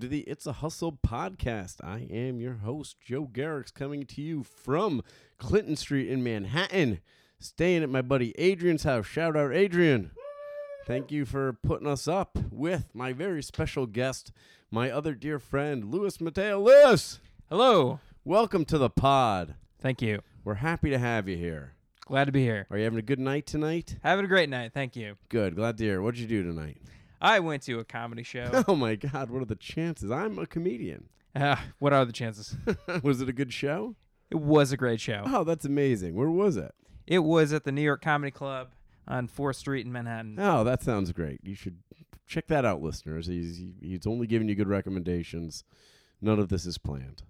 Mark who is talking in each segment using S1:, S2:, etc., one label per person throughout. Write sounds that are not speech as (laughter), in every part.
S1: to the It's a Hustle podcast. I am your host, Joe Garrix, coming to you from Clinton Street in Manhattan, staying at my buddy Adrian's house. Shout out, Adrian. Thank you for putting us up with my very special guest, my other dear friend, Louis Mateo. Lewis,
S2: Hello.
S1: welcome to the pod.
S2: Thank you.
S1: We're happy to have you here.
S2: Glad to be here.
S1: Are you having a good night tonight?
S2: Having a great night. Thank you.
S1: Good. Glad to hear. What'd you do tonight? (laughs)
S2: I went to a comedy show.
S1: Oh my God, what are the chances? I'm a comedian. (laughs)
S2: Ah, what are the chances?
S1: was it a good show?
S2: It was a great show.
S1: Oh, that's amazing. Where was it?
S2: It was at the New York Comedy Club on 4th Street in Manhattan.
S1: Oh, that sounds great. You should check that out, listeners. He's he's only giving you good recommendations. None of this is planned.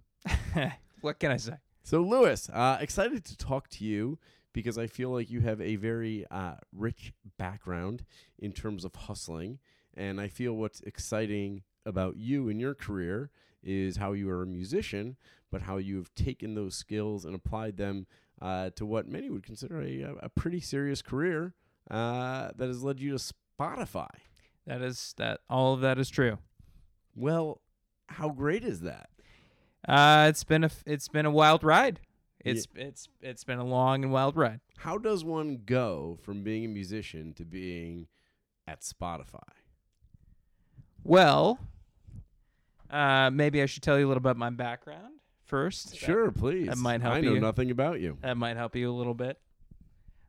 S2: what can I say?
S1: So, Lewis, uh, excited to talk to you because I feel like you have a very uh, rich background in terms of hustling, and I feel what's exciting about you and your career is how you are a musician, but how you have taken those skills and applied them uh, to what many would consider a, a- a pretty serious career uh, that has led you to Spotify.
S2: That is that all of that is true.
S1: Well, how great is that?
S2: Uh, it's been a f- it's been a wild ride. It's it's it's been a long and wild ride.
S1: How does one go from being a musician to being at Spotify?
S2: Well, uh, maybe I should tell you a little bit about my background first. That-
S1: Sure, please.
S2: might help
S1: I know
S2: you.
S1: nothing about you.
S2: that might help you a little bit.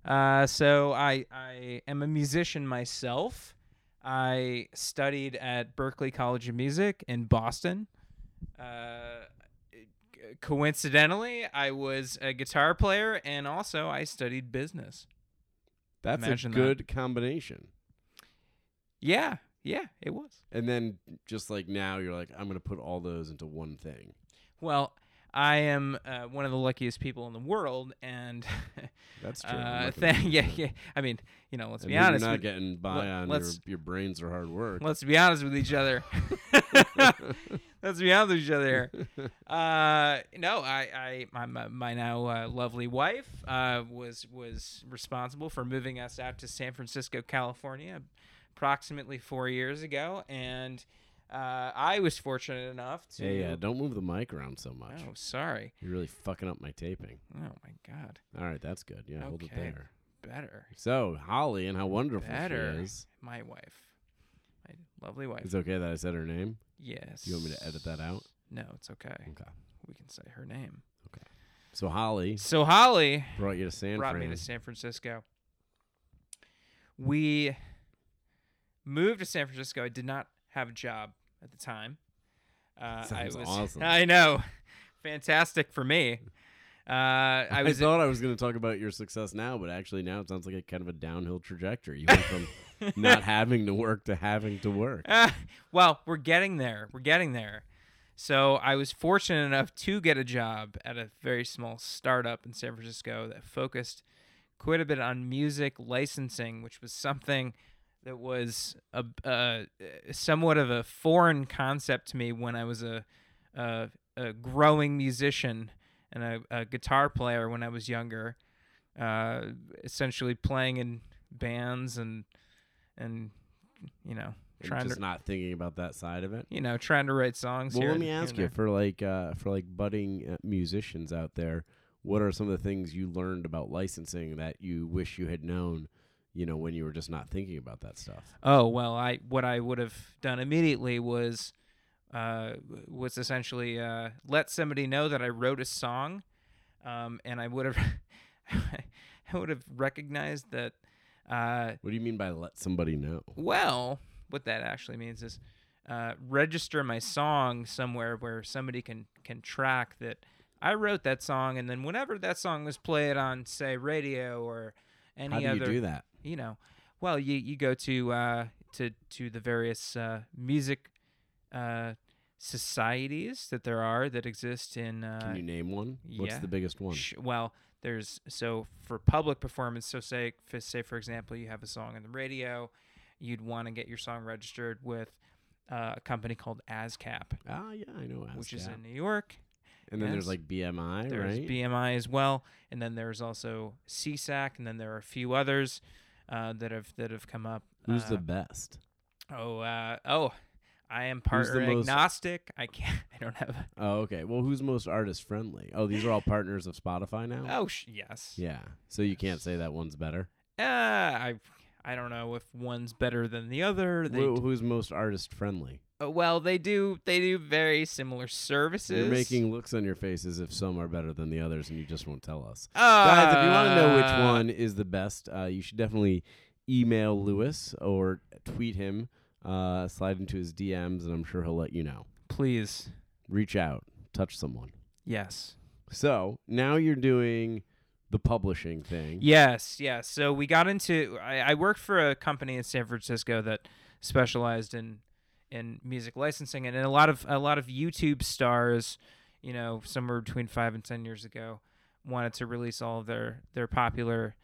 S2: Uh, so I I am a musician myself. I studied at Berklee College of Music in Boston. Uh, coincidentally, I was a guitar player and also I studied business.
S1: That's a
S2: Imagine that.
S1: good combination.
S2: Yeah, yeah, it was.
S1: And then just like now, you're like, I'm going to put all those into one thing.
S2: Well, I am uh, one of the luckiest people in the world, and (laughs)
S1: That's true. I'm
S2: uh,
S1: not gonna
S2: thank- (laughs)
S1: do
S2: yeah,
S1: that.
S2: yeah. I mean, you know, let's
S1: And
S2: be
S1: then
S2: honest.
S1: you're
S2: we-
S1: not getting by
S2: let-
S1: on your,
S2: let's-
S1: your brains are hard work.
S2: Let's be honest with
S1: (laughs)
S2: each other. (laughs) Let's (laughs) be honest with each other. (laughs) Uh, no, I, I, my, my, my now uh, lovely wife uh, was was responsible for moving us out to San Francisco, California, approximately four years ago, and uh, I was fortunate enough to.
S1: yeah, yeah. uh, Don't move the mic around so much.
S2: oh, sorry.
S1: You're really fucking up my taping.
S2: Oh my God.
S1: All right, that's good. Yeah, hold it
S2: Okay.
S1: there.
S2: Better,
S1: So Holly and how wonderful
S2: better.
S1: she is.
S2: My wife, my lovely wife.
S1: It's okay that I said her name.
S2: yes.
S1: Do you want me to edit that out? Hmm.
S2: No, it's okay.
S1: Okay.
S2: We can say her name.
S1: So Holly
S2: So Holly.
S1: brought you to San
S2: brought
S1: Fran.
S2: me to San Francisco. We moved to San Francisco. I did not have a job at the time. Uh,
S1: Sounds
S2: I was,
S1: awesome.
S2: (laughs) I know, fantastic for me. Uh, I
S1: I,
S2: was
S1: thought I was going to talk about your success now, but actually now it sounds like a kind of a downhill trajectory. You went
S2: (laughs)
S1: from not having to work to having to work.
S2: Ah, well, we're getting there. We're getting there. So I was fortunate enough to get a job at a very small startup in San Francisco that focused quite a bit on music licensing, which was something that was a, uh, somewhat of a foreign concept to me when I was a, a, a growing musician and a, a guitar player when I was younger, uh, essentially playing in bands and and you know
S1: And
S2: trying to
S1: just not thinking about that side of it.
S2: you know, trying to write songs.
S1: Well,
S2: here
S1: let
S2: and-
S1: me
S2: here
S1: ask
S2: and
S1: you
S2: there.
S1: for like uh, for like budding uh, musicians out there, what are some of the things you learned about licensing that you wish you had known, you know, when you were just not thinking about that stuff?
S2: Oh well, I what I would have done immediately was, uh, was essentially uh, let somebody know that I wrote a song, um, and I would have, (laughs) I would have recognized that. Uh,
S1: What do you mean by let somebody know?
S2: well, what that actually means is, uh, register my song somewhere where somebody can can track that I wrote that song, and then whenever that song was played on, say, radio or any
S1: How do
S2: other
S1: you do that?
S2: you know, well, you you go to uh, to to the various uh, music uh, societies that there are that exist in. Uh,
S1: Can you name one? What's
S2: yeah.
S1: the biggest one?
S2: sh- well, there's so for public performance. So say for, say for example, you have a song on the radio, you'd want to get your song registered with uh, a company called ASCAP,
S1: Ah, yeah, I know.
S2: which is
S1: ASCAP.
S2: in New York.
S1: and then there's
S2: yes.
S1: like BMI,
S2: There's
S1: right?
S2: BMI as well, and then there's also CSAC, and then there are a few others uh, that have that have come up.
S1: Who's
S2: uh,
S1: the best?
S2: Oh, uh, oh, I am partner
S1: the most-
S2: agnostic. I can't. (laughs) I don't have.
S1: Oh, okay. Well, who's most artist friendly? Oh, these are all partners of Spotify now.
S2: Oh sh- yes.
S1: Yeah. So you can't say that one's better.
S2: Uh, I I don't know if one's better than the other. They
S1: Who-
S2: d-
S1: who's most artist friendly?
S2: uh, well, they do they do very similar services.
S1: You're making looks on your faces if some are better than the others, and you just won't tell us.
S2: uh,
S1: Guys, if you want to know which one is the best, uh, you should definitely email Lewis or tweet him, uh, slide into his DMs, and I'm sure he'll let you know.
S2: Please.
S1: Reach out, touch someone.
S2: Yes.
S1: So now you're doing the publishing thing.
S2: Yes, yes. So we got into. I, I worked for a company in San Francisco that specialized in in music licensing, and a lot of a lot of YouTube stars, you know, somewhere between five and ten years ago, wanted to release all of their their popular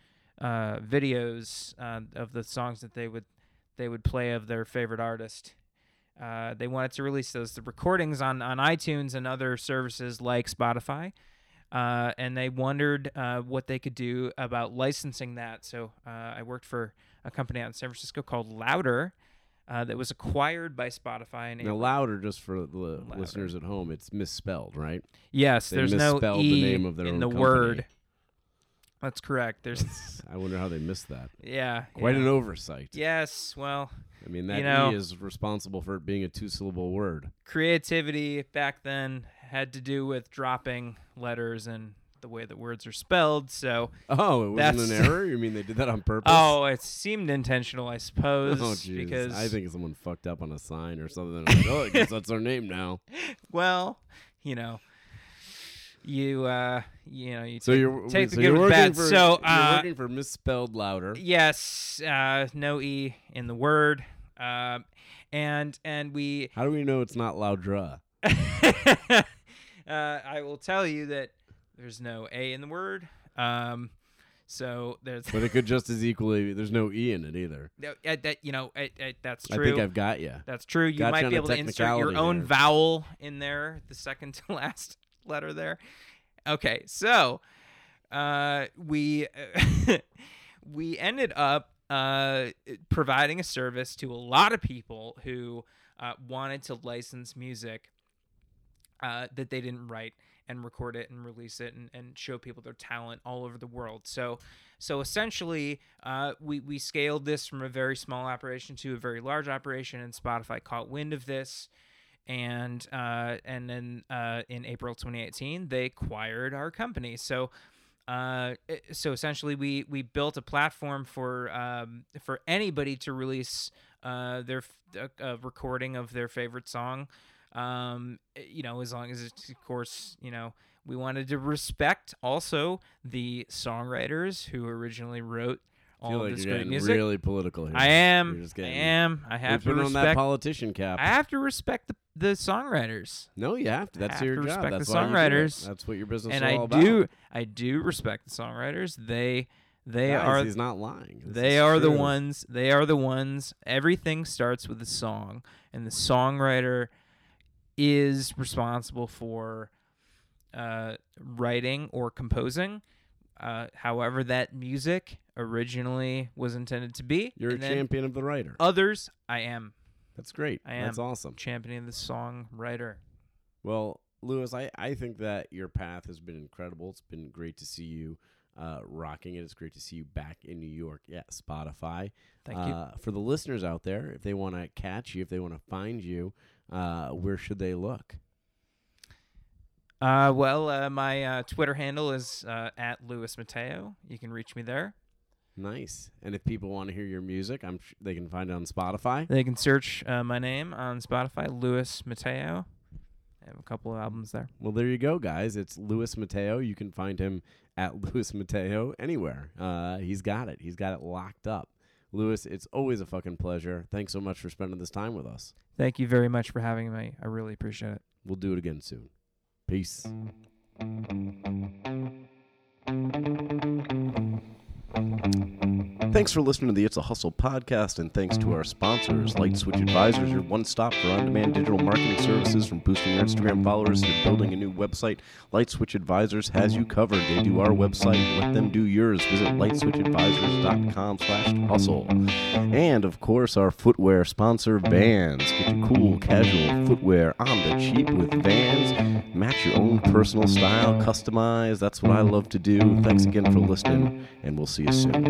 S2: uh, videos uh, of the songs that they would they would play of their favorite artist. Uh, they wanted to release those the recordings on on iTunes and other services like Spotify uh, and they wondered uh, what they could do about licensing that. So uh, I worked for a company out in San Francisco called Louder uh, that was acquired by Spotify. And
S1: Now, louder, just for the
S2: Louder.
S1: listeners at home, it's misspelled, right?
S2: yes,
S1: they
S2: there's no
S1: misspelled the
S2: e
S1: name of their
S2: in
S1: own
S2: the
S1: company.
S2: word. That's correct. (laughs) There's
S1: I wonder how they missed
S2: (laughs)
S1: that.
S2: yeah,
S1: Quite
S2: yeah.
S1: an oversight.
S2: Yes, well,
S1: I mean, that
S2: You know-
S1: E is responsible for it being a two syllable word.
S2: creativity back then had to do with dropping letters and the way that words are spelled. So
S1: Oh, it wasn't an
S2: That's-
S1: error. You mean they did that on purpose?
S2: (laughs) oh, it seemed intentional, I
S1: Oh,
S2: suppose,
S1: jeez.
S2: because
S1: I think someone fucked up on a sign or something. Like, oh, I
S2: (laughs)
S1: guess that's our name now.
S2: well, you know, you uh, you know, you
S1: So
S2: take-
S1: you're
S2: (laughs) take
S1: so
S2: the good
S1: you're
S2: with
S1: working
S2: bad.
S1: For,
S2: So,
S1: you're
S2: uh,
S1: working for misspelled louder.
S2: yes, uh, no e in the word, um, and and we, (laughs)
S1: How do we know it's not loudra?
S2: uh, I will tell you that there's no a in the word, um, so there's
S1: But it could just as equally. There's no e in it either.
S2: that, that you know it, it, that's
S1: I
S2: true.
S1: think I've got you.
S2: That's true. You
S1: Gotcha
S2: might
S1: on
S2: be
S1: a
S2: able to insert your
S1: technicality
S2: own
S1: there.
S2: vowel in there, the second to (laughs) last letter there. Okay, so uh, we (laughs) we ended up uh, providing a service to a lot of people who uh, wanted to license music uh, that they didn't write and record it and release it and, and show people their talent all over the world. So, so essentially, uh, we we scaled this from a very small operation to a very large operation, and Spotify caught wind of this, and uh, and then uh, in April 2018, they acquired our company. So. Uh, it- so essentially, we we built a platform for um, for anybody to release uh, their f- a, a recording of their favorite song, um, you know, as long as it's, of course, you know, we wanted to respect also the songwriters who originally wrote
S1: I feel
S2: all
S1: like
S2: this
S1: you're
S2: great
S1: getting
S2: music.
S1: really political here.
S2: I am.
S1: You're just
S2: I
S1: getting-
S2: am. I have
S1: we
S2: to
S1: put on that
S2: respect.
S1: politician cap.
S2: I have to respect the, the songwriters,
S1: no, you have to. That's
S2: have
S1: your
S2: to
S1: job.
S2: respect the
S1: That's why you do it.
S2: songwriters.
S1: That's what your business
S2: and
S1: is
S2: I
S1: all
S2: do.
S1: about.
S2: I do respect the songwriters. They, they
S1: Guys,
S2: are
S1: He's not lying. This
S2: they
S1: is
S2: are the
S1: true.
S2: ones. They are the ones. Everything starts with a song, and the songwriter is responsible for uh, writing or composing, uh, however that music originally was intended to be.
S1: You're a
S2: and then
S1: champion of the writer.
S2: Others, I am
S1: That's great.
S2: I
S1: That's
S2: am.
S1: awesome.
S2: championing the songwriter.
S1: Well, Lewis, I, I think that your path has been incredible. It's been great to see you uh, rocking it. It's great to see you back in New York at Spotify.
S2: Thank you.
S1: uh, For the listeners out there, if they want to catch you, if they want to find you, uh, where should they look?
S2: Uh, well, uh, my uh, Twitter handle is uh, at Louis Mateo. You can reach me there.
S1: Nice. And if people want to hear your music, I'm sh- they can find it on Spotify.
S2: They can search uh, my name on Spotify, Louis Mateo. I have a couple of albums there.
S1: Well, there you go, guys. It's Louis Mateo. You can find him (laughs) at Louis Mateo anywhere. Uh, he's got it. He's got it locked up. Louis, it's always a fucking pleasure. Thanks so much for spending this time with us.
S2: Thank you very much for having me. I really appreciate it.
S1: We'll do it again soon. Peace. Thanks for listening to the It's a Hustle podcast, and thanks to our sponsors, Light Switch Advisors, your one stop for on demand digital marketing services from boosting your Instagram followers to building a new website. Light Switch Advisors has you covered. They do our website. Let them do yours. Visit lightswitchadvisors.com slash hustle. And, of course, our footwear sponsor, Vans. Get your cool, casual footwear on the cheap with Vans. Match your own personal style, customize. That's what I love to do. Thanks again for listening, and we'll see you soon.